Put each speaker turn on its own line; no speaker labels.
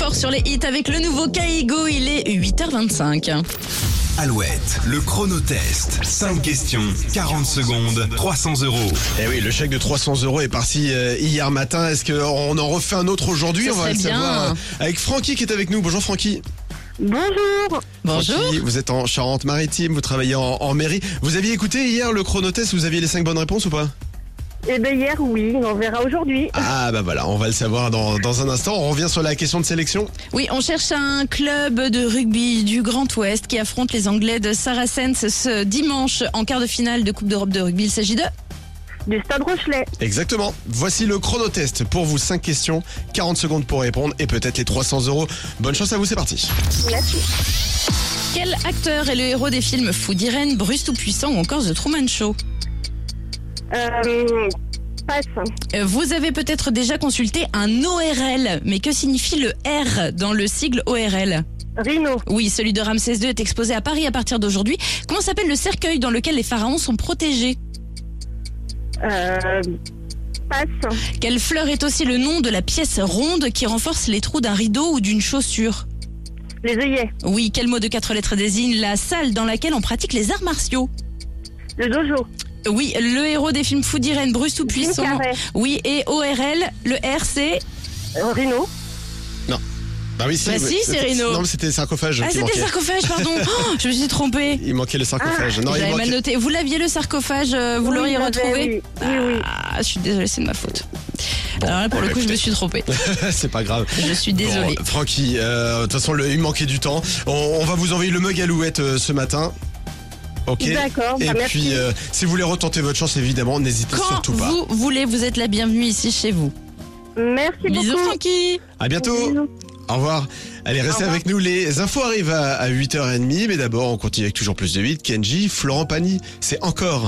fort sur les hits avec le nouveau Kaigo, il est 8h25.
Alouette, le chronotest. 5 questions, 40 secondes, 300 euros.
Eh oui, le chèque de 300 euros est parti euh, hier matin. Est-ce qu'on en refait un autre aujourd'hui
Ça
On va
serait
le
bien.
savoir euh, avec Francky qui est avec nous. Bonjour Francky.
Bonjour.
Bonjour.
Francky, vous êtes en Charente-Maritime, vous travaillez en, en mairie. Vous aviez écouté hier le chronotest, vous aviez les 5 bonnes réponses ou pas
Eh ben hier oui, on verra aujourd'hui.
Ah bah voilà, on va le savoir dans, dans un instant. On revient sur la question de sélection.
Oui, on cherche un club de rugby du Grand Ouest qui affronte les Anglais de Saracens ce dimanche en quart de finale de Coupe d'Europe de rugby. Il s'agit de
Du Stade Rochelet.
Exactement. Voici le chronotest. Pour vous, 5 questions, 40 secondes pour répondre et peut-être les 300 euros. Bonne chance à vous, c'est parti.
Merci.
quel acteur est le héros des films Fou d'Irène, Bruce Tout-Puissant ou encore The Truman Show
Euh, passe.
Euh, Vous avez peut-être déjà consulté un ORL, mais que signifie le R dans le sigle ORL
Rhino.
Oui, celui de Ramsès II est exposé à Paris à partir d'aujourd'hui. Comment s'appelle le cercueil dans lequel les pharaons sont protégés
Euh, passe.
Quelle fleur est aussi le nom de la pièce ronde qui renforce les trous d'un rideau ou d'une chaussure
Les œillets.
Oui, quel mot de quatre lettres désigne la salle dans laquelle on pratique les arts martiaux
Le dojo.
Oui, le héros des films Fou d'Irène, Bruce
Jim
Tout-Puissant.
Carrey.
Oui, et ORL, le R c'est... Ah,
Euh, Rhino.
Bah oui, si,
Bah
oui.
si, c'est Rhino.
Non, mais c'était sarcophage
Ah,
qui
c'était
manquait.
sarcophage, pardon Oh, Je me suis trompée
Il manquait le sarcophage. non, il
Ah, J'avais mal
manquait-
noté. Vous l'aviez le sarcophage, euh, vous
Oui,
l'auriez
j'avais,
retrouvé
oui. Oui, oui.
Ah, je suis désolée, c'est de ma faute.
Bon,
Alors là, pour le
bah,
coup, je me
écoutez.
suis trompée.
c'est pas grave.
Je suis désolée.
Bon, Francky, euh, de toute façon, le- il manquait du temps. On, on va vous envoyer le mug à Louette euh, ce matin. Ok.
D'accord, bah
Et
merci.
puis, euh, si vous voulez retenter votre chance, évidemment, n'hésitez
Quand
surtout pas.
vous voulez, vous êtes la bienvenue ici chez vous.
Merci
Bisous,
beaucoup.
Francky
À bientôt.
Bisous.
Au revoir. Allez,
Au
restez
revoir.
avec nous. Les infos arrivent à, à 8h30, mais d'abord, on continue avec toujours plus de 8. Kenji, Florent Pagny, c'est encore.